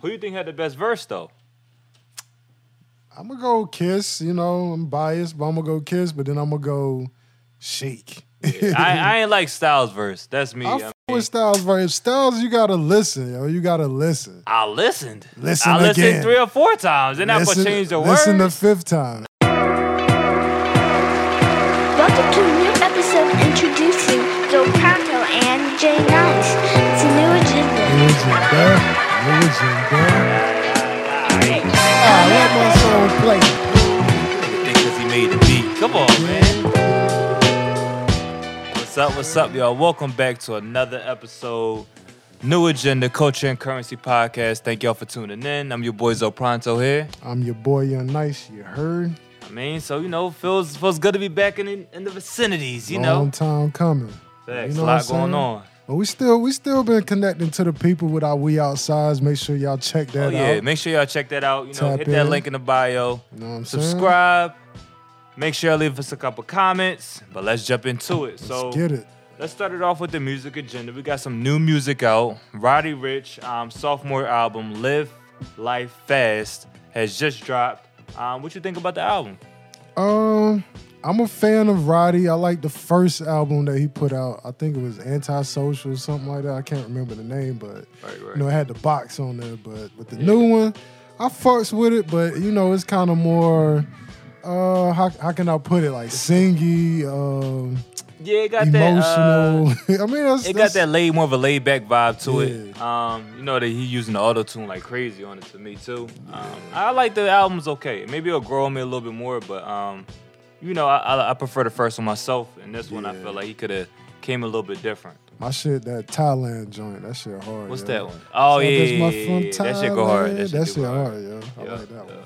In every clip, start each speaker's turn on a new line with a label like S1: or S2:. S1: Who you think had the best verse though?
S2: I'm gonna go Kiss. You know, I'm biased, but I'm gonna go Kiss. But then I'm gonna go Shake.
S1: I, I ain't like Styles verse. That's me.
S2: I
S1: I,
S2: fuck
S1: mean,
S2: with Styles verse. Styles, you gotta listen, yo. You gotta listen.
S1: I listened.
S2: Listen
S1: I listened
S2: again.
S1: three or four times. Then I
S2: listen,
S1: put change the words.
S2: listen the fifth time.
S3: Welcome to a new episode introducing Joe Pronto and Jay Nice. It's a new agenda.
S2: It was in there. It was in there. Ah, let my song play.
S1: because he made the beat. Come on, man. What's up? What's up, y'all? Welcome back to another episode. New Agenda Culture and Currency Podcast. Thank y'all for tuning in. I'm your boy Zo Pronto here.
S2: I'm your boy, Young Nice. You heard?
S1: I mean, so you know, feels feels good to be back in the, in the vicinities. You
S2: Long
S1: know,
S2: time coming.
S1: Facts,
S2: you know
S1: a
S2: what I'm
S1: lot
S2: saying?
S1: going on.
S2: But we still we still been connecting to the people with our We Outsides. Make sure y'all check that
S1: Oh yeah,
S2: out.
S1: make sure y'all check that out. You know,
S2: Tap
S1: hit that
S2: in.
S1: link in the bio.
S2: You know what I'm saying?
S1: Subscribe. Make sure y'all leave us a couple comments. But let's jump into it. so
S2: Let's get it.
S1: Let's start it off with the music agenda. We got some new music out. Roddy Rich, um, sophomore album, Live Life Fast, has just dropped. Um, what you think about the album?
S2: Um, I'm a fan of Roddy. I like the first album that he put out. I think it was Antisocial or something like that. I can't remember the name, but
S1: Right, right.
S2: you know it had the box on there. But with the new one, I fucks with it. But you know it's kind of more. Uh, how, how can I put it? Like singy, um,
S1: Yeah, it got
S2: emotional.
S1: that. Uh,
S2: I mean, that's,
S1: it got
S2: that's-
S1: that laid more of a laid back vibe to it. Um, you know that he using the auto tune like crazy on it to me too. Um, I like the album's okay. Maybe it'll grow on me a little bit more, but um, you know I, I, I prefer the first one myself. And this one I
S2: Yeah.
S1: feel like he could have came a little bit different.
S2: My shit, that Thailand joint. That shit hard.
S1: What's
S2: yo.
S1: that one? Oh
S2: Like,
S1: yeah,
S2: this
S1: yeah,
S2: my
S1: yeah,
S2: from
S1: yeah. that shit go hard. That
S2: Thailand.
S1: shit,
S2: That
S1: do
S2: shit
S1: go
S2: hard, yo. I like that
S1: yeah.
S2: one.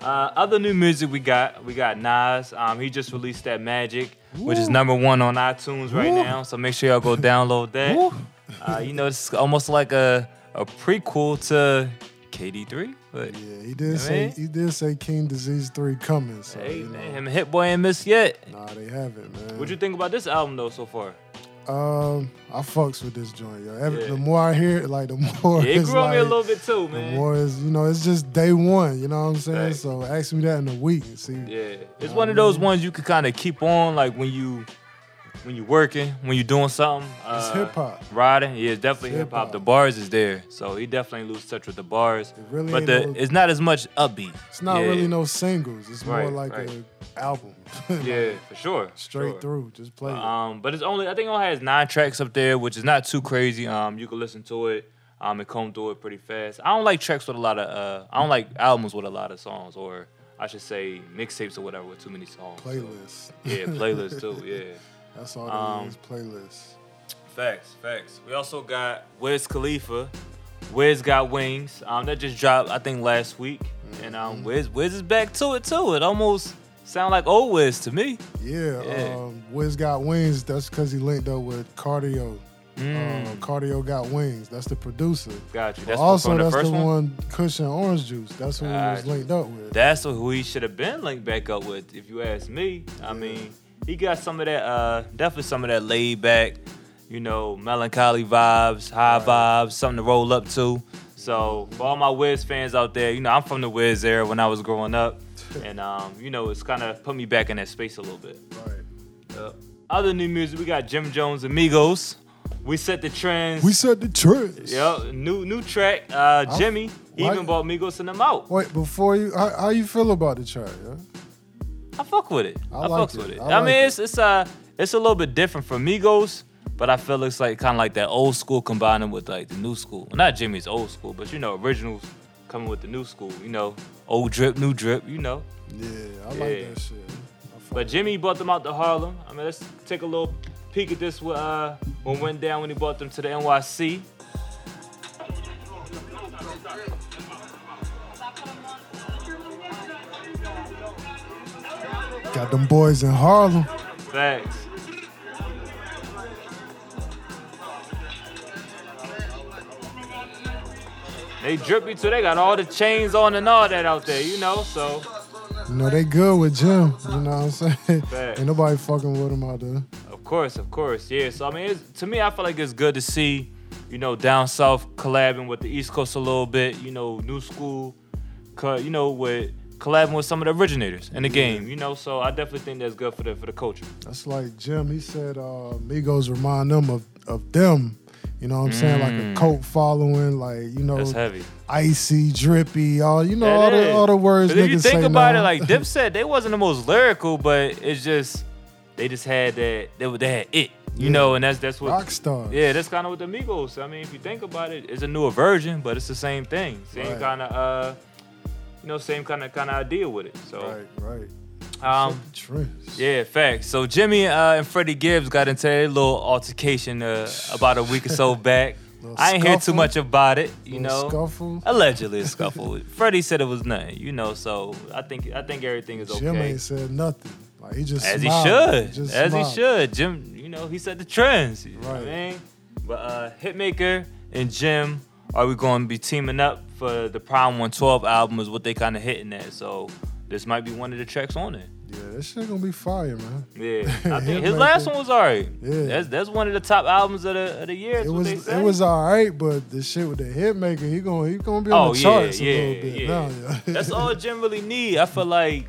S1: Uh, other new music we got, we got Nas. Um, he just released that Magic, which is
S2: Woo.
S1: number one on iTunes right
S2: Woo.
S1: now. So make sure y'all go download that.
S2: Woo.
S1: Uh, you know, it's almost like a a prequel to KD3. But
S2: Yeah, he did say
S1: mean?
S2: he did say King Disease Three coming. So,
S1: hey,
S2: Oh, you know,
S1: man, him and Hit Boy ain't missed yet.
S2: Nah, they haven't, man.
S1: What you think about this album though so far?
S2: um, I fucks with this joint, yo. Every,
S1: Yeah.
S2: The more I hear it, like the more
S1: Yeah, it
S2: it's
S1: grew on me a
S2: like-
S1: little bit too,
S2: The
S1: man.
S2: more is you know, it's just day one. You know what I'm saying?
S1: Right.
S2: So ask me that in a week. and See,
S1: Yeah, it's one of those ones you can kind of keep on, like when you when you working, when you doing something. Uh,
S2: It's hip-hop.
S1: riding. Yeah, it's definitely
S2: It's
S1: hip hop. The
S2: hip-hop.
S1: bars is there, so he definitely lose touch with the bars.
S2: really
S1: but
S2: ain't
S1: the
S2: no-
S1: it's not as much upbeat.
S2: it's not
S1: Yeah,
S2: really no singles. It's more
S1: Right,
S2: like
S1: right.
S2: a album.
S1: Yeah, for sure.
S2: straight
S1: sure.
S2: through. Just play. it.
S1: Um, but it's only I think it only has nine tracks up there, which is not too crazy. Um, you can listen to it. Um, and comb through it pretty fast. I don't like tracks with a lot of uh, I don't like albums with a lot of songs, or I should say mixtapes or whatever with too many songs. so-
S2: Playlist.
S1: yeah, playlists too. Yeah.
S2: That's all. That
S1: Um,
S2: is playlists.
S1: Facts, facts. We also got Wiz Khalifa. Wiz got wings. Um, that just dropped, I think, last week. And um, Wiz, Wiz is back to it too. It almost sound like old Wiz to me.
S2: Yeah,
S1: Yeah.
S2: Um, Wiz got wings. That's because he linked up with Cardio. Uh, Cardio got wings. That's the producer.
S1: Mm. Got you.
S2: But
S1: That's
S2: also,
S1: from the
S2: that's
S1: first
S2: the
S1: one.
S2: one? Cushion Orange Juice. That's who he was
S1: Gotcha.
S2: linked up with.
S1: That's who he should have been linked back up with, if you ask me. I mean, he got some of that, uh, definitely some of that laid back, you know, melancholy vibes, high vibes, something to roll up to. So, for all my Wiz fans out there, you know, I'm from the Wiz era when I was growing up. And, um, you know, it's kind of put me back in that space a little bit.
S2: right.
S1: Other new music, we got Jim Jones Amigos. We set the trends.
S2: We set the trends.
S1: Yep, new new track. Uh,
S2: I-
S1: Jimmy he
S2: why-
S1: even bought Migos and them out.
S2: Wait, before you, how, how you feel about the chart? Yeah?
S1: I fuck with it. I,
S2: I like
S1: fucks
S2: it.
S1: with it. I,
S2: I like
S1: mean,
S2: it.
S1: it's it's uh it's a little bit different from Migos, but I feel it's like kind of like that old school combining with like the new school. Well, not Jimmy's old school, but you know originals coming with the new school. You know, old drip, new drip. You know,
S2: Yeah, I
S1: Yeah.
S2: like that shit. I fuck-
S1: but Jimmy brought them out to Harlem. I mean, let's take a little peek at this. What uh what went down when he brought them to the NYC.
S2: Got them boys in Harlem.
S1: Facts. They drippy too. They got all the chains on and all that out there, you know. So
S2: You know, they good with Jim. You know what I'm saying?
S1: Facts.
S2: Ain't nobody fucking with them out there.
S1: of course, of course, yeah. So I mean, it's, to me, I feel like it's good to see you know, down south collabing with the East Coast a little bit, you know, new school, co- you know, with collabing with some of the originators in the game, you know. So I definitely think that's good for the for the culture.
S2: That's like Jim. He said uh, Migos remind them of, of them. You know what I'm saying? Like a cult following, like you know,
S1: Mm. That's heavy.
S2: icy, drippy, all you know,
S1: That
S2: all the,
S1: is.
S2: all the words.
S1: 'Cause If
S2: niggas
S1: you think
S2: say
S1: about
S2: now.
S1: it, like Dipset, they wasn't the most lyrical, but it's just they just had that they, were- they had it, you
S2: Yeah.
S1: know, and that's that's what
S2: rock stars.
S1: Yeah, that's kind of what the Migos. I mean, if you think about it, it's a newer version, but it's the same thing, same
S2: Right.
S1: kind of uh, you know, same kind of kind of idea with it. So,
S2: Right, right.
S1: um,
S2: Set the trends.
S1: yeah, facts. So Jimmy uh, and Freddie Gibbs got into a little altercation uh, about a week or so back.
S2: Little
S1: I ain't hear too
S2: scuffle.
S1: much about it, you
S2: Little
S1: know.
S2: scuffle.
S1: Allegedly a scuffle. Freddie said it was nothing, you know. So I think I think everything is
S2: Jim
S1: okay.
S2: ain't said nothing. Like he just
S1: As he
S2: smiled.
S1: should.
S2: just
S1: As
S2: smiled.
S1: he should. Jim, you know, he set the trends. You know what I
S2: Right.
S1: mean? But uh, Hitmaker and Jim, are we going to be teaming up for the Prime 112 album? Is what they kind of hitting at. So this might be one of the tracks on it.
S2: Yeah, this shit gonna be fire, man.
S1: Yeah, I think his
S2: Hitmaker.
S1: last one was alright.
S2: Yeah.
S1: that's that's one of the top albums of the of the year. is
S2: It
S1: what they
S2: was
S1: say.
S2: it was all right, but the shit with the hit maker, he gonna he gonna be on
S1: Oh,
S2: the
S1: yeah,
S2: charts
S1: yeah,
S2: a little bit.
S1: yeah.
S2: Now,
S1: That's all Jim really need. I feel like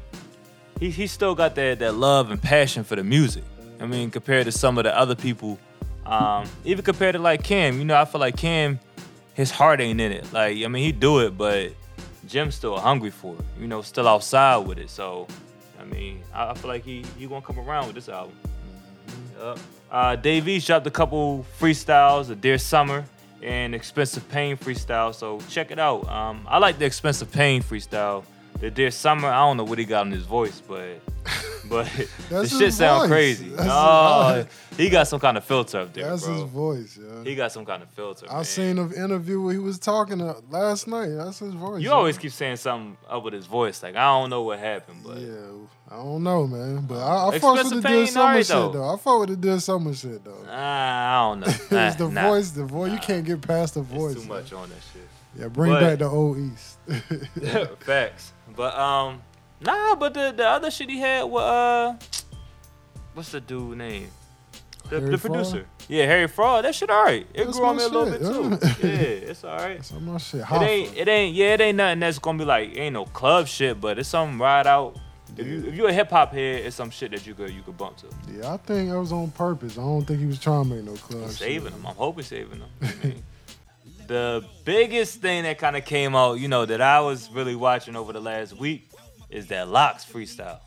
S1: he he still got that that love and passion for the music. I mean, compared to some of the other people, um, even compared to like Cam, you know, I feel like Cam, his heart ain't in it. Like, I mean, he do it, but Jim's still hungry for it. You know, still outside with it. So, I mean, I, I feel like he he gonna come around with this album. Yup. Uh, Dave East dropped a couple freestyles, a Dear Summer and Expensive Pain freestyle. So check it out. Um, I like the Expensive Pain freestyle. The Dear Summer, I don't know what he got in his voice, but but the
S2: That's
S1: shit
S2: his
S1: sound
S2: voice.
S1: crazy.
S2: That's his
S1: No,
S2: voice.
S1: he got some kind of filter up there,
S2: That's
S1: bro.
S2: his voice, yeah.
S1: He got some kind of filter.
S2: I
S1: man.
S2: seen an interview where he was talking to last night. That's his voice.
S1: You
S2: man.
S1: always keep saying something up with his voice. Like I don't know what happened, but
S2: Yeah, I don't know, man. But I, I fuck with the
S1: Expensive
S2: Dear
S1: Pain,
S2: Summer
S1: alright,
S2: shit
S1: though.
S2: though. I fuck with the Dear Summer shit though.
S1: uh, I don't know.
S2: it's
S1: Nah,
S2: the
S1: nah.
S2: voice, the voice. You can't get past the voice.
S1: It's too
S2: man.
S1: much on that shit.
S2: Yeah, bring
S1: But-
S2: back the old East.
S1: Facts. But um, nah. But the the other shit he had was uh, what's the dude name? The,
S2: Harry
S1: the
S2: Fraud?
S1: producer. Yeah, Harry Fraud. That shit alright. It
S2: That's
S1: grew on me
S2: my
S1: a little
S2: shit,
S1: bit
S2: yeah.
S1: too. Yeah, it's alright.
S2: Some more shit.
S1: It
S2: Hoffa.
S1: ain't it ain't yeah it ain't nothing that's gonna be like ain't no club shit, but it's something right out. If you if you're a hip hop head, it's some shit that you could you could bump to.
S2: Yeah, I think it was on purpose. I don't think he was trying to make no club. Oh, shit.
S1: saving them. I'm hoping saving them. I mean, the biggest thing that kind of came out, you know, that I was really watching over the last week is that Locks freestyle.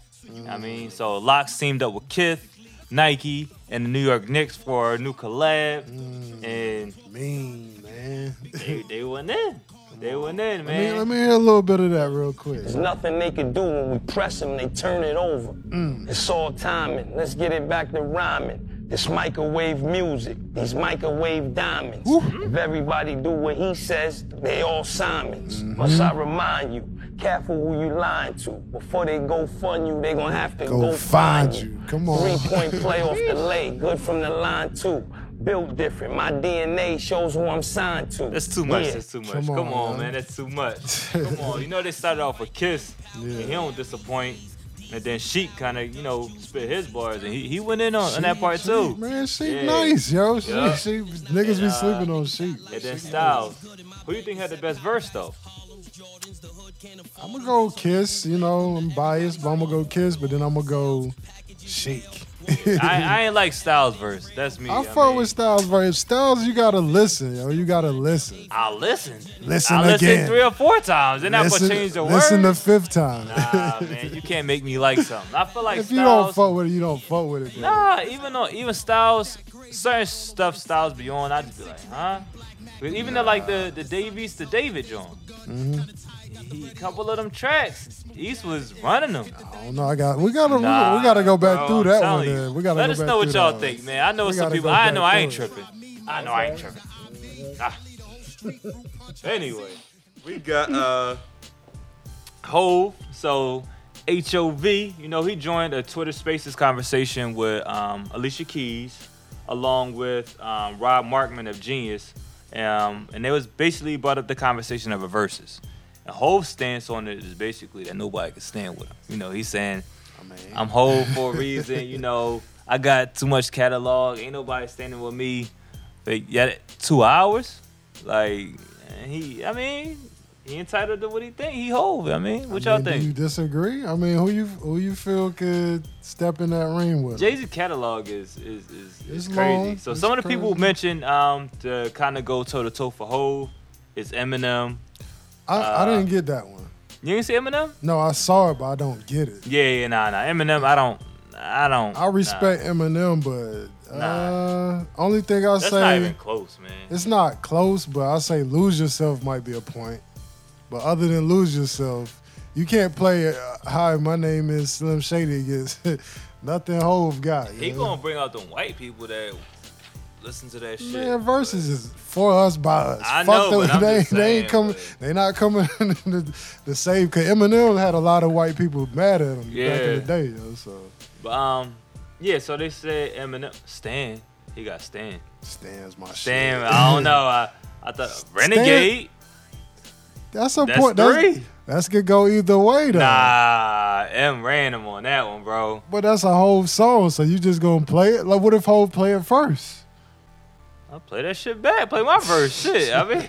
S1: I mean, so Locks teamed up with Kith, Nike, and the New York Knicks for a new collab, and
S2: Mean man.
S1: they, they went in. They went in,
S2: Let me,
S1: man.
S2: let me hear a little bit of that real quick.
S4: There's nothing they can do when we press them, they turn it over.
S2: Mm.
S4: It's all timing. Let's get it back to rhyming. This microwave music, these microwave diamonds. If everybody do what he says, they all Simons.
S2: Mm-hmm.
S4: Must I remind you, careful who you lying to. Before they go fund you, they gonna have to
S2: Go
S4: go,
S2: find you. Come on.
S4: Three-point play off the lay, good from the line too. Built different, my DNA shows who I'm signed to.
S1: That's too much.
S4: Yeah.
S1: That's too much.
S2: Come
S1: Come
S2: on,
S1: on,
S2: man.
S1: man. That's too much. Come on. You know they started off with Kiss, and he don't disappoint. And then Sheik kind of, you know, spit his bars, and he, he went in on, on that part
S2: She-
S1: too.
S2: Man, she
S1: Yeah.
S2: nice, yo. She,
S1: Yeah.
S2: she niggas be
S1: And, uh,
S2: sleeping on sheep.
S1: And then Styles. Who you think had the best verse though?
S2: I'm gonna go kiss. You know, I'm biased, but I'm gonna go kiss. But then I'm gonna go shake.
S1: I, I ain't like Styles verse. That's me.
S2: I fuck
S1: mean,
S2: with Styles, bro. If Styles, you gotta listen, yo. You gotta listen.
S1: I listened.
S2: Listen
S1: I listened
S2: again.
S1: three or four times. Then I gonna
S2: listen,
S1: change the
S2: listen the
S1: words.
S2: fifth time.
S1: Nah, man, you can't make me like something. I feel like
S2: if
S1: Styles.
S2: you don't fuck with it, you don't fuck with it, bro.
S1: Nah, even though even Styles, certain stuff Styles be on, I just be like, huh? But even the like the the Davies to David John,
S2: Mm-hmm.
S1: he, a couple of them tracks, East was running them.
S2: I don't know. I got. We gotta. we-
S1: Nah,
S2: we, gotta go
S1: bro,
S2: back through
S1: I'm
S2: that
S1: telling
S2: one.
S1: you.
S2: Then. We gotta.
S1: Let
S2: go
S1: us
S2: back
S1: know what
S2: through
S1: y'all
S2: that
S1: think,
S2: one.
S1: man. I know
S2: We
S1: some
S2: gotta
S1: people.
S2: go
S1: I
S2: back
S1: know I ain't
S2: through it.
S1: tripping. I know I ain't tripping. Ah. Anyway,
S5: We got uh
S1: Hove. So HOV, you know, he joined a Twitter Spaces conversation with um, Alicia Keys, along with um, Rob Markman of Genius, um, and they was basically brought up the conversation of a versus. And Hove's stance on it is basically that nobody can stand with him. You know, he's saying I'm whole for a reason. You know, I got too much catalog. Ain't nobody standing with me. They yeah, two hours. Like he, I mean, he entitled to what he think. He hold. I mean, what y'all
S2: I mean, Do you
S1: think?
S2: disagree? I mean, who you who you feel could step in that ring with?
S1: Jay Z's catalog is is is, is
S2: It's
S1: crazy.
S2: long,
S1: so
S2: it's
S1: some of the people
S2: crazy.
S1: mentioned um to kind of go toe to toe for hold is Eminem.
S2: I, I
S1: uh,
S2: didn't get that one.
S1: You ain't see Eminem?
S2: No, I saw it, but I don't get it.
S1: Yeah, yeah, nah, nah. Eminem, I don't, I don't.
S2: I respect Eminem, but uh, only thing I
S1: Nah, that's not
S2: say
S1: even close, man.
S2: it's not close, but I say lose yourself might be a point. But other than lose yourself, you can't play. Uh, Hi, my name is Slim Shady against nothing. Hove got
S1: He
S2: yeah.
S1: gonna bring out them white people that listen to that shit.
S2: Mm-hmm. Man, verses is for us by us.
S1: I
S2: Fuck
S1: know,
S2: them.
S1: but I'm
S2: they
S1: just
S2: they
S1: saying,
S2: ain't coming. They not coming to, to save. Cause Eminem had a lot of white people mad at him back
S1: Yeah.
S2: in the day. Yo, so
S1: But um, yeah. So they said Eminem, Stan. He got Stan.
S2: stands my
S1: Stan.
S2: shit.
S1: I don't know. I, I thought Renegade.
S2: That's a
S1: That's
S2: point.
S1: three.
S2: That's, that's could go either way though.
S1: Nah, M random on that one, bro.
S2: But that's a whole song, so you just gonna play it? Like, what if Hove play it first?
S1: I play that shit back. Play my verse. shit. I mean,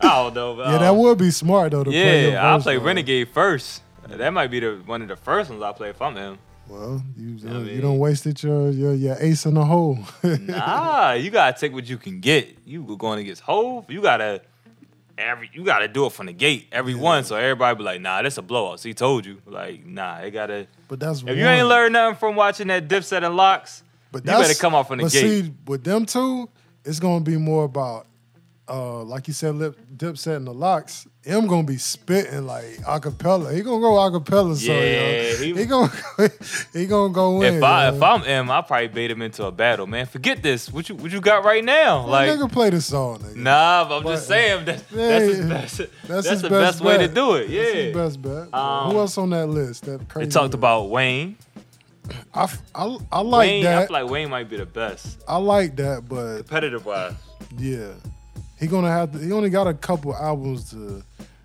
S1: I don't know. But,
S2: yeah,
S1: um,
S2: that would be smart though. To play your
S1: Yeah, I'll
S2: verse,
S1: play
S2: though.
S1: Renegade first. That might be the one of the first ones I play if I'm him.
S2: Well, you, uh,
S1: I mean-
S2: you don't wasted your, your your ace in the hole.
S1: Nah, you gotta take what you can get. You were going against Hove. You gotta every you gotta do it from the gate every one. So everybody be like, nah, that's a blowout. So he told you, like, nah, it gotta.
S2: but that's
S1: If you ain't
S2: one.
S1: learned nothing from watching that Dipset and Locks,
S2: But
S1: You
S2: that's-
S1: better come off on the
S2: but
S1: gate.
S2: See, with them two, it's gonna be more about, uh, like you said, lip, Dipset and the locks. M gonna be spitting like acapella. He gonna go acapella. So
S1: Yeah,
S2: yo.
S1: he-
S2: he, gonna he gonna go in.
S1: if I
S2: yo.
S1: if I'm M, I probably bait him into a battle, man. Forget this. What you what you got right now?
S2: Well,
S1: Like,
S2: nigga play the song. Nigga.
S1: nah, but I'm just
S2: But-
S1: saying that,
S2: Yeah,
S1: that's his
S2: yeah.
S1: best. That's,
S2: that's, his
S1: the best, way to
S2: bet.
S1: do it.
S2: That's
S1: Yeah.
S2: his best bet.
S1: Um,
S2: Who else on that list? That
S1: They
S2: crazy
S1: talked
S2: list?
S1: about Wayne.
S2: I, f- I, I like
S1: Wayne, I
S2: that.
S1: feel like Wayne might be the best
S2: I like that, but
S1: competitive wise.
S2: yeah, he gonna have. To, he only got a couple albums to,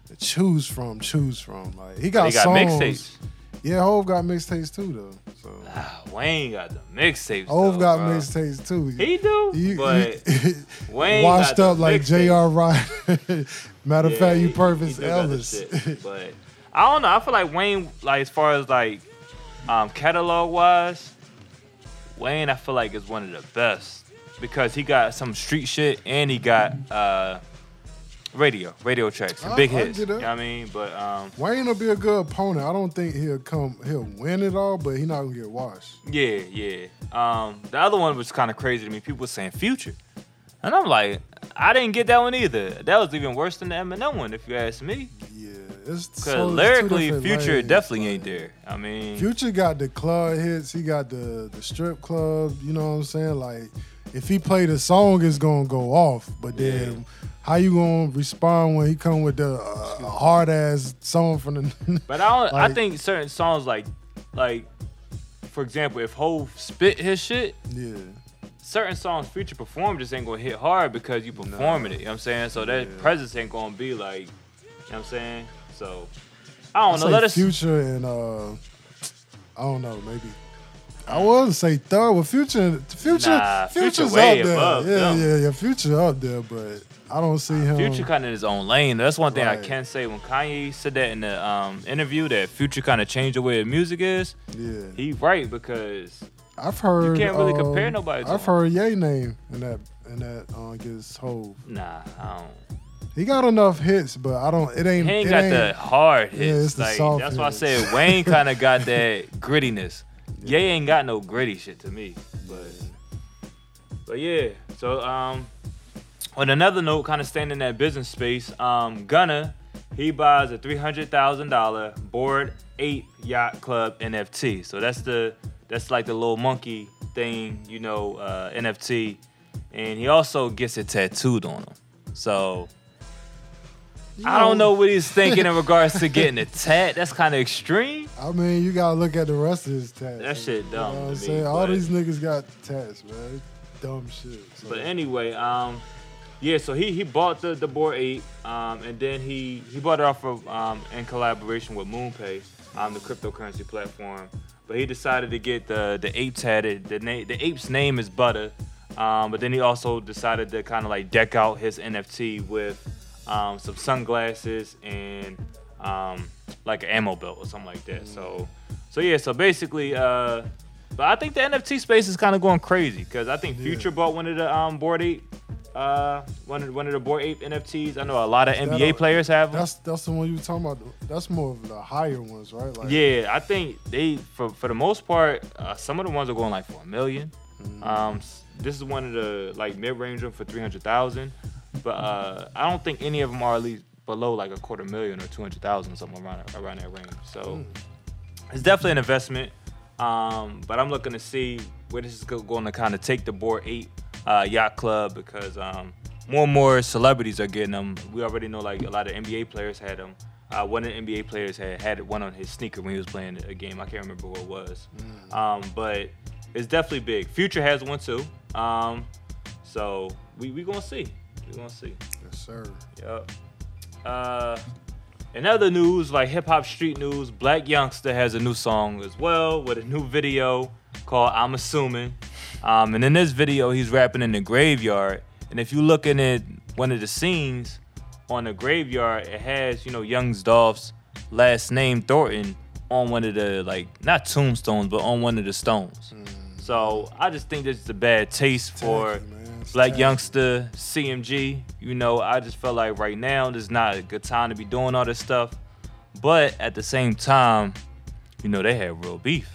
S2: to choose from. Choose from. Like he got,
S1: They got
S2: songs.
S1: mixtapes.
S2: Yeah, Hove got mixtapes too though. So
S1: Ah, Wayne got the mixtapes.
S2: Hove
S1: though,
S2: got
S1: bro.
S2: mixtapes too.
S1: He do,
S2: You- you-
S1: but Wayne got
S2: washed
S1: the
S2: up like
S1: mixtapes.
S2: J.R. Ryan. Matter of
S1: Yeah,
S2: fact, you
S1: he- he
S2: Purvis
S1: do got the
S2: Ellis.
S1: shit, but I don't know. I feel like Wayne, like as far as like um, catalog wise, Wayne, I feel like is one of the best because he got some street shit and he got uh, radio, radio tracks, and
S2: Oh, I-
S1: big
S2: I
S1: hits. You
S2: get
S1: know
S2: that.
S1: what I mean, but um,
S2: Wayne will be a good opponent. I don't think he'll come. He'll win it all, but he not gonna get washed.
S1: Yeah, yeah. Um, the other one was kind of crazy to me. People were saying Future, and I'm like, I didn't get that one either. That was even worse than the Eminem one, if you ask me.
S2: Yeah, it's
S1: Because
S2: so- it's two
S1: lyrically,
S2: different
S1: Future
S2: lanes,
S1: definitely
S2: like-
S1: ain't there. I mean,
S2: Future got the club hits. He got the the strip club. You know what I'm saying? Like, if he played a song, it's gonna go off. But then, how you gonna respond when he come with the uh, hard ass song from the?
S1: but I don't. I
S2: like-
S1: think certain songs like, like, for example, if Hov spit his shit,
S2: yeah,
S1: certain songs Future performed just ain't gonna hit hard because you performing it. You know what I'm saying? So that presence ain't gonna be like, you know what I'm saying? So I don't know.
S2: Say
S1: Let us.
S2: Future and uh, I don't know, maybe. I would say third, but future, future,
S1: Nah, Future
S2: future's
S1: way
S2: up there.
S1: above
S2: yeah,
S1: them.
S2: yeah, yeah, future up there, but I don't see him.
S1: Future kind of in his own lane. That's one thing I
S2: Right.
S1: can say. When Kanye said that in the um, interview, that Future kind of changed the way of music is.
S2: yeah,
S1: He right because
S2: I've heard
S1: can't really
S2: um,
S1: compare nobody to
S2: I've
S1: him.
S2: heard Ye name in that in that uh, against Hove.
S1: nah, I don't.
S2: He got enough hits, but I don't. It ain't.
S1: He ain't
S2: it
S1: got
S2: ain't,
S1: the hard
S2: Yeah, it's
S1: hits.
S2: the
S1: like
S2: soft
S1: that's why I
S2: hits.
S1: said Wayne kind of got that grittiness. Ye ain't got no gritty shit to me, but but yeah. So um, on another note, kind of staying in that business space, um, Gunna he buys a three hundred thousand dollar board eight yacht club NFT. So that's the that's like the little monkey thing, you know, uh, NFT, and he also gets it tattooed on him. So. I don't know what he's thinking in regards to getting a tat. That's kind of extreme.
S2: I mean, you gotta look at the rest of his tats.
S1: That shit dumb
S2: You know
S1: to
S2: what I'm
S1: me,
S2: saying? All
S1: but-
S2: these niggas got tats, man. Dumb shit. So,
S1: But anyway, um, yeah. So he he bought the the board eight, um, and then he he bought it off of um in collaboration with MoonPay, um, the cryptocurrency platform. But he decided to get the the ape tatted. The name the ape's name is Butter. Um, but then he also decided to kind of like deck out his NFT with um, some sunglasses and um, like an ammo belt or something like that. So, so yeah. So basically, uh, but I think the NFT space is kind of going crazy because I think Future bought one of the um, board ape, uh, one of, one of the board ape NFTs. I know a lot of
S2: that
S1: NBA
S2: a-
S1: players have them.
S2: That's that's the one you were talking about. That's more of the higher ones, right? Like,
S1: Yeah, I think they for for the most part, uh, some of the ones are going like for a 1000000
S2: Mm.
S1: Um, s- this is one of the like mid range one for three hundred thousand, but uh, I don't think any of them are at least below like a quarter million or two hundred thousand something around around that range. So
S2: Mm.
S1: it's definitely an investment. Um, but I'm looking to see where this is going to kind of take the board eight uh, yacht club because um, more and more celebrities are getting them. We already know like a lot of NBA players had them. Uh, one of the NBA players had had one on his sneaker when he was playing a game. I can't remember what it was, um, but it's definitely big. Future has one too. Um, so we we gonna see. We gonna see.
S2: Yes, sir.
S1: Yep. Uh, in other news, like hip hop street news, Black Youngster has a new song as well with a new video called I'm Assuming. Um, and in this video, he's rapping in the graveyard. And if you looking at one of the scenes on the graveyard, it has, you know, Young Dolph's last name, Thornton, on one of the, like, not tombstones, but on one of the stones. So I just think this is a bad taste for
S2: Mm. Tacky, man. It's
S1: Black
S2: tacky.
S1: Youngster, CMG. You know, I just felt like right now this is not a good time to be doing all this stuff. But at the same time, you know, they had real beef.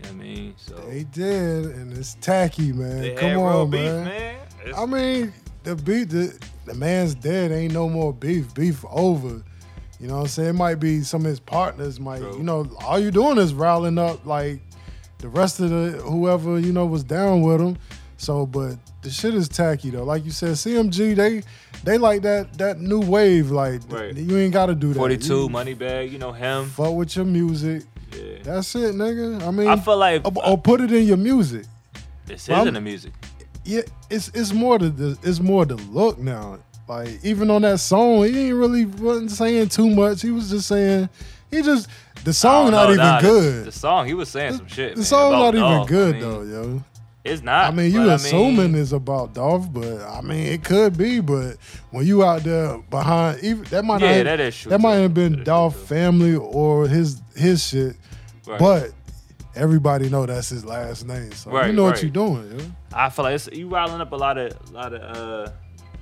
S1: You know what I mean? So
S2: They did, and it's tacky, man.
S1: they
S2: Come
S1: had
S2: on,
S1: real beef,
S2: man.
S1: man. It's-
S2: I mean, the beef, the, the man's dead. Ain't no more beef. Beef over. You know what I'm saying? It might be some of his partners might,
S1: True.
S2: you know, all you doing is riling up like the rest of the whoever, you know, was down with him. So, but the shit is tacky though. Like you said, CMG, they they like that that new wave. Like
S1: Right.
S2: you ain't gotta do that.
S1: 42,
S2: You
S1: Moneybag, you know him.
S2: Fuck with your music.
S1: Yeah.
S2: That's it, nigga. I mean,
S1: I feel like
S2: or, or put it in your music.
S1: this
S2: I'm-
S1: isn't the music.
S2: yeah, it's it's more to the it's more the look now. Like even on that song, he ain't really wasn't saying too much. He was just saying he just the
S1: I don't
S2: song not
S1: know,
S2: even
S1: Oh, nah, the-
S2: good.
S1: The song, he was saying some shit.
S2: the
S1: man,
S2: song
S1: about
S2: not even
S1: Dolph. I
S2: good
S1: mean,
S2: though, yo.
S1: It's not.
S2: I mean, you
S1: but
S2: assuming it's about Dolph, but I mean it could be. But when you out there behind, even that might
S1: Yeah,
S2: not,
S1: that is true,
S2: That might
S1: too. That
S2: have been
S1: is true,
S2: Dolph
S1: too.
S2: family or his his shit,
S1: Right.
S2: but. Everybody know that's his last name, so
S1: Right,
S2: you know
S1: right.
S2: what you're doing. Yo.
S1: I feel like it's, you riling up a lot of, lot of, uh,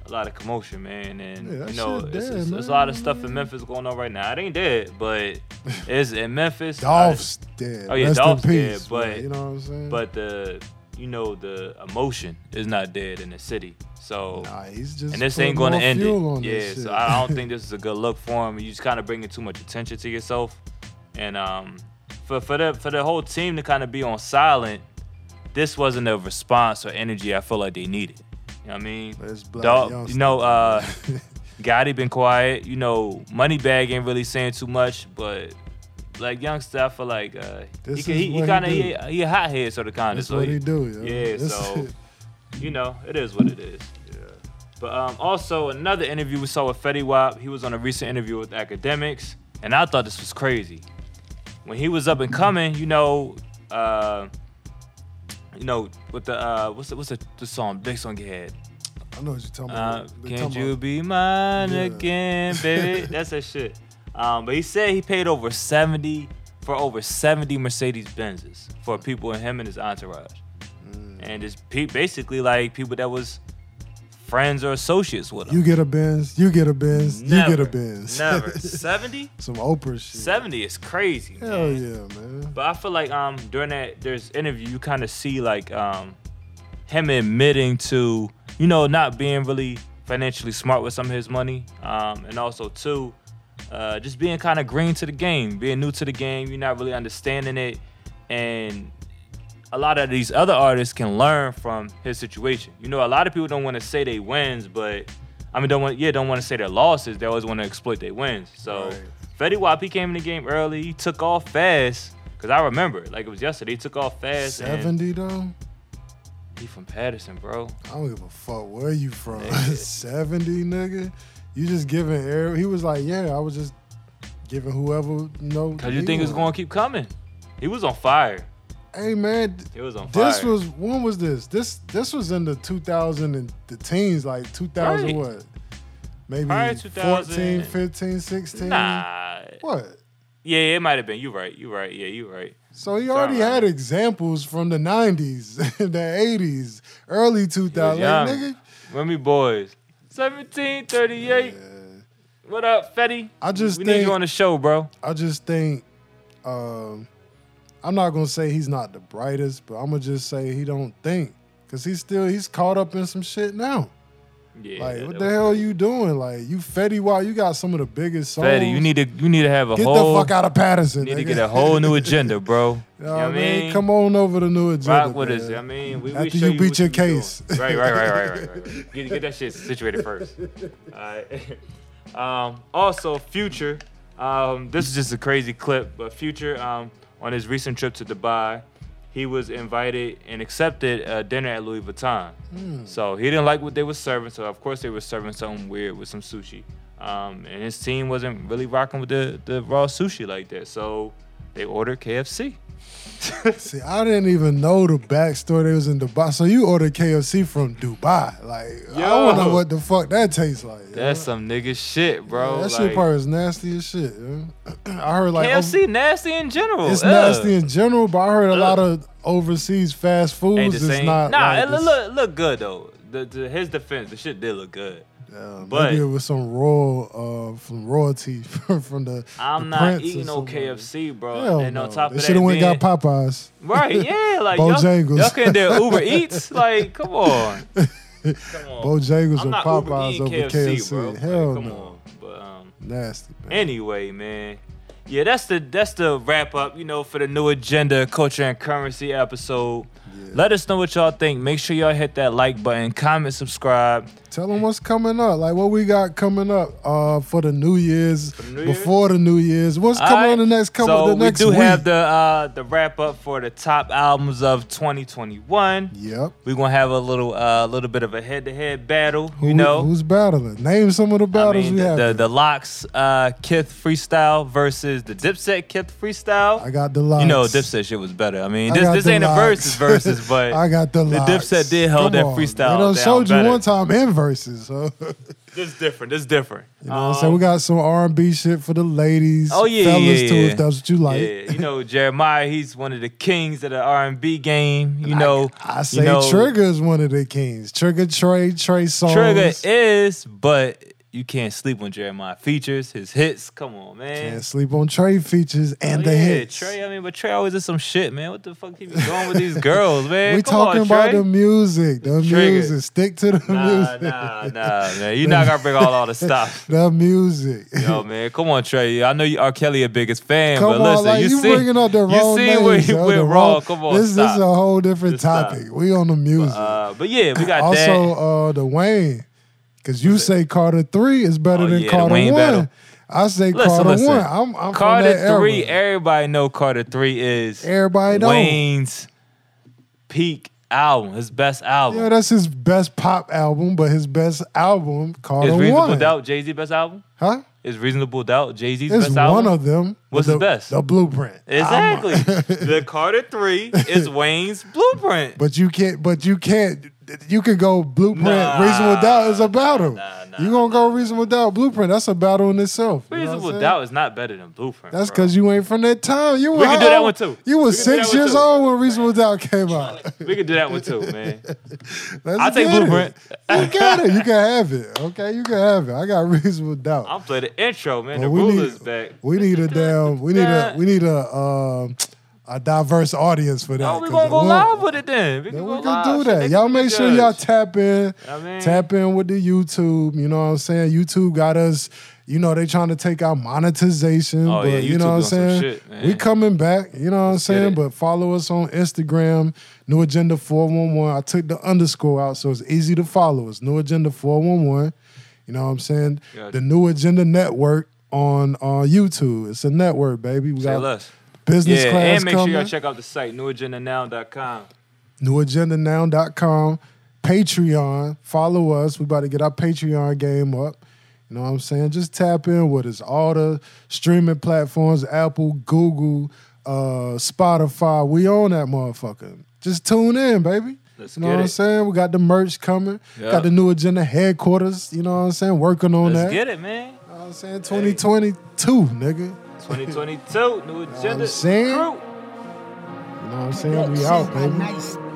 S1: a lot of commotion, man, and
S2: Yeah, that
S1: you know,
S2: shit
S1: it's,
S2: dead,
S1: it's- it's a
S2: man.
S1: lot of stuff in Memphis going on right now. It ain't dead, but it's in Memphis.
S2: Dolph's dead.
S1: Oh, yeah,
S2: Rest
S1: Dolph's
S2: in
S1: dead,
S2: peace,
S1: but-
S2: man. you know what I'm saying.
S1: but the, you know, the emotion is not dead in the city. So,
S2: Nah, he's just
S1: and this
S2: putting
S1: ain't going to
S2: more
S1: end
S2: fuel on
S1: it. Yeah,
S2: this shit.
S1: so I don't think this is a good look for him. You just kind of bringing too much attention to yourself, and um, for for the for the whole team to kind of be on silent, this wasn't a response or energy I feel like they needed. You know what I mean?
S2: It's Black
S1: Dog-
S2: Youngster.
S1: you know, uh, Gotti been quiet. You know, Moneybag ain't really saying too much, but. Like youngster, I feel like uh, he,
S2: This
S1: can-
S2: is
S1: he, he
S2: what he
S1: kind of
S2: do.
S1: he, he a hothead sort of kind of.
S2: That's
S1: so
S2: what he do, yo.
S1: Yeah,
S2: That's
S1: so
S2: it.
S1: you know, it is what it is. Yeah. But um, also another interview we saw with Fetty Wap. He was on a recent interview with Academics, and I thought this was crazy. When he was up and coming, you know, uh, you know, with the uh, what's the, what's the, the song big song he had?
S2: I know what you're talking
S1: Uh,
S2: about. They
S1: can
S2: talking
S1: you
S2: about-
S1: be mine
S2: Yeah.
S1: again, baby? That's that shit. Um, but he said he paid over seventy for over seventy Mercedes Benzes for people in him and his entourage,
S2: Mm.
S1: and it's pe- basically like people that was friends or associates with him.
S2: You get a Benz. You get a Benz. You get
S1: Never,
S2: a Benz.
S1: Never. 70?
S2: Some Oprah shit.
S1: 70 is crazy. Man.
S2: Hell yeah, man.
S1: But I feel like um during that there's interview you kind of see like um him admitting to you know not being really financially smart with some of his money um and also too uh just being kind of green to the game being new to the game you're not really understanding it and a lot of these other artists can learn from his situation you know a lot of people don't want to say they wins but I mean don't want yeah don't want to say their losses they always want to exploit their wins so
S2: Right.
S1: Fetty Wap, he came in the game early. He took off fast. Cause I remember, like it was yesterday. He took off fast. And
S2: Seventy though.
S1: he from Patterson, bro.
S2: I don't give a fuck where you from. Seventy, nigga. You just giving air. He was like, yeah, I was just giving whoever you know.
S1: Cause you
S2: he
S1: think it's
S2: was.
S1: gonna keep coming. He was on fire.
S2: hey man,
S1: It was on
S2: this
S1: fire.
S2: was when was this? This this was in the 2000 and the teens, like 2000
S1: Right.
S2: what? Maybe
S1: Probably
S2: 14,
S1: 2000.
S2: 15, 16.
S1: Nah.
S2: What?
S1: Yeah, it might have been. You right. You right. Yeah, you right.
S2: So he already
S1: Sorry.
S2: had examples from the 90s, the 80s, early 2000s. Like,
S1: young.
S2: nigga,
S1: Remy boys. 1738. What up, Fetty?
S2: I just
S1: we need
S2: think-
S1: you on the show, bro.
S2: I just think um, I'm not gonna say he's not the brightest, but I'm gonna just say he don't think because he's still he's caught up in some shit now.
S1: Yeah.
S2: Like,
S1: that
S2: what
S1: was-
S2: the hell are you doing? Like, you Fetty Wap, you got some of the biggest songs.
S1: Fetty, you need to you need to have a
S2: get
S1: whole
S2: the fuck out of Patterson.
S1: you need to
S2: nigga.
S1: get a whole new agenda, bro.
S2: You know what I mean? come on over to New Agenda.
S1: Rock with
S2: man.
S1: us. I mean, we, we
S2: After
S1: show
S2: you beat
S1: what
S2: your
S1: we doing.
S2: case.
S1: Right, right, right, right, right, right. right. Get, get that shit situated first. All right. Um, also, Future. Um, this is just a crazy clip, but Future, um, on his recent trip to Dubai, he was invited and accepted a dinner at Louis Vuitton.
S2: Hmm.
S1: So he didn't like what they were serving. So of course they were serving something weird with some sushi. Um, and his team wasn't really rocking with the, the raw sushi like that. So they ordered KFC.
S2: See, I didn't even know the backstory. They was in Dubai, so you ordered KFC from Dubai. Like, I
S1: Yo.
S2: wonder what the fuck that tastes like. you
S1: That's some nigga shit, bro.
S2: That
S1: Like,
S2: shit probably is nasty as shit. yeah. I heard like ov-
S1: KFC nasty in general.
S2: it's
S1: Ugh.
S2: nasty in general, but I heard a lot of overseas fast
S1: Ain't
S2: foods.
S1: the
S2: It's
S1: same.
S2: not.
S1: nah,
S2: like
S1: it
S2: this-
S1: look look good though. The, to his defense, the shit did look good.
S2: uh,
S1: but-
S2: maybe it was some royal, uh, from royalty from, from the.
S1: I'm
S2: the
S1: not
S2: prince or
S1: eating no
S2: something.
S1: KFC, bro.
S2: Hell
S1: and
S2: no.
S1: on top
S2: they
S1: of that,
S2: shoulda went
S1: being-
S2: and got Popeyes.
S1: right? Yeah, like y'all,
S2: Bojangles.
S1: y'all can do Uber Eats. Like, come on. Come on.
S2: Bojangles
S1: Oh, I'm
S2: or
S1: not
S2: Popeyes
S1: Uber
S2: over
S1: eating
S2: KFC.
S1: KFC, bro. Like,
S2: Hell
S1: come
S2: no,
S1: on. But um,
S2: nasty. Man.
S1: Anyway, man. Yeah, that's the that's the wrap up, you know, for the new agenda, culture and currency episode. Let us know what y'all think. Make sure y'all hit that like button, comment, subscribe.
S2: Tell them what's coming up. Like what we got coming up uh, for the New Year's,
S1: New Year's?
S2: before the New Year's. What's coming
S1: Alright?
S2: on the next couple?
S1: So
S2: the next
S1: we do
S2: week.
S1: have the uh the wrap up for the top albums of 2021.
S2: Yep.
S1: We're gonna have a little uh little bit of a head to head battle, you
S2: Who-
S1: know.
S2: who's battling? Name some of the
S1: I
S2: battles
S1: mean,
S2: we
S1: the,
S2: have.
S1: the, the locks uh Kith freestyle versus the Dipset Kith freestyle.
S2: I got the locks.
S1: You know, Dipset shit was better. I mean,
S2: I
S1: this
S2: got
S1: this
S2: the
S1: ain't
S2: locks.
S1: a versus versus, but
S2: I got the,
S1: the
S2: locks.
S1: Dipset did hold
S2: Come
S1: that
S2: on.
S1: freestyle
S2: They done
S1: down
S2: showed you
S1: better.
S2: one time in verses. So. you know
S1: This is different. This is different.
S2: what I'm saying? We got some R and B shit for the ladies.
S1: oh yeah,
S2: fellas
S1: yeah, yeah.
S2: too, if that's what you like.
S1: Yeah, you know Jeremiah, he's one of the kings of the R and B game. You know,
S2: I say
S1: you know,
S2: Trigger is one of the kings. Trigger Trey, Trey songs.
S1: Trigger is, but you can't sleep on Jeremiah features his hits. Come on, man.
S2: and sleep on Trey features and
S1: Oh,
S2: the
S1: yeah,
S2: hits.
S1: Trey. I mean, but Trey always does some shit, man. What the fuck he be doing with these girls, man?
S2: we
S1: Come
S2: talking
S1: on,
S2: about
S1: Trey.
S2: the music, the
S1: Trigger.
S2: music. Stick to the
S1: Nah,
S2: music.
S1: nah, nah, man. You're not gonna bring all, all the stuff.
S2: The music.
S1: Yo, man, come on, Trey. I know you are Kelly a biggest fan,
S2: Come
S1: but
S2: on,
S1: listen,
S2: like
S1: you,
S2: you,
S1: see,
S2: bringing up the wrong
S1: you see where
S2: names,
S1: you
S2: yo,
S1: went
S2: the
S1: wrong. Come on,
S2: this,
S1: stop.
S2: this is a whole different
S1: Just stop.
S2: topic. We on the music.
S1: uh, but yeah, we got that.
S2: also, uh, the Wayne, because you say Carter three is better
S1: Oh,
S2: than
S1: yeah, the
S2: Carter
S1: Wayne
S2: one.
S1: battle.
S2: I say
S1: Listen,
S2: Carter
S1: listen.
S2: one. I'm, I'm
S1: Carter
S2: from that era.
S1: three. Everybody know Carter three is
S2: Everybody don't.
S1: Wayne's peak album, his best album.
S2: Yeah, that's his best pop album, but his best album, Carter
S1: is Reasonable
S2: One.
S1: Doubt Jay Z best album?
S2: Huh?
S1: Is Reasonable Doubt Jay Z's
S2: It's
S1: best
S2: one
S1: album?
S2: of them.
S1: What's
S2: the
S1: his best?
S2: The blueprint. I'm-
S1: exactly. the Carter three is Wayne's blueprint.
S2: But you can't. But you can't. You could go blueprint.
S1: Nah.
S2: reasonable doubt is a battle.
S1: Nah, nah,
S2: you gonna go reasonable doubt blueprint? That's a battle in itself. You know what I'm
S1: Reasonable
S2: saying?
S1: Doubt is not better than Blueprint.
S2: That's
S1: bro.
S2: because you ain't from that time. You were
S1: We can do that
S2: how-
S1: one too.
S2: You
S1: We
S2: was
S1: can do that
S2: six
S1: one
S2: years
S1: too.
S2: old when Reasonable Doubt came out.
S1: we could do that one too, man.
S2: Let's
S1: I'll take
S2: get it.
S1: Blueprint.
S2: You got it. You can have it. Okay, you can have it. I got Reasonable Doubt.
S1: I'll play the intro, man.
S2: But
S1: the ruler's back.
S2: We need a damn. We need a. We need a. Um, a diverse audience for that.
S1: Oh, we
S2: 'cause
S1: gonna go
S2: it won't-
S1: live with it then. We can,
S2: Then
S1: go
S2: we
S1: live.
S2: can do
S1: Shit,
S2: that.
S1: Oh they
S2: Y'all
S1: can
S2: make sure y'all
S1: judge.
S2: tap in.
S1: I mean-
S2: tap in with the YouTube. You know what I'm saying? YouTube got us. You know they trying to take our monetization,
S1: Oh,
S2: but
S1: yeah,
S2: you
S1: YouTube
S2: know what I'm
S1: doing some
S2: saying.
S1: shit, man.
S2: we coming back. You know what I'm saying?
S1: it.
S2: But follow us on Instagram, New Agenda 411. I took the underscore out, so it's easy to follow us. New Agenda 411. You know what I'm saying?
S1: Got
S2: The
S1: you.
S2: New Agenda Network on uh, YouTube. It's a network, baby. We
S1: Say
S2: got
S1: less.
S2: business
S1: Yeah,
S2: class
S1: and make
S2: coming
S1: sure y'all check out the site newagendanow.com.
S2: newagendanow.com, Patreon. Follow us. We about to get our Patreon game up. You know what I'm saying? Just tap in with us. All the streaming platforms, Apple, Google, uh, Spotify. We on that motherfucker. Just tune in, baby.
S1: Let's
S2: you know
S1: get
S2: what I'm
S1: it.
S2: saying? We got the merch coming.
S1: Yeah.
S2: Got the new agenda headquarters. You know what I'm saying? Working on
S1: Let's
S2: that.
S1: get it, man.
S2: You know what I'm saying? 2022, nigga. You know
S1: 2022, new agenda.
S2: saying?
S1: Crew.
S2: what I'm saying? We out, baby.
S6: Nice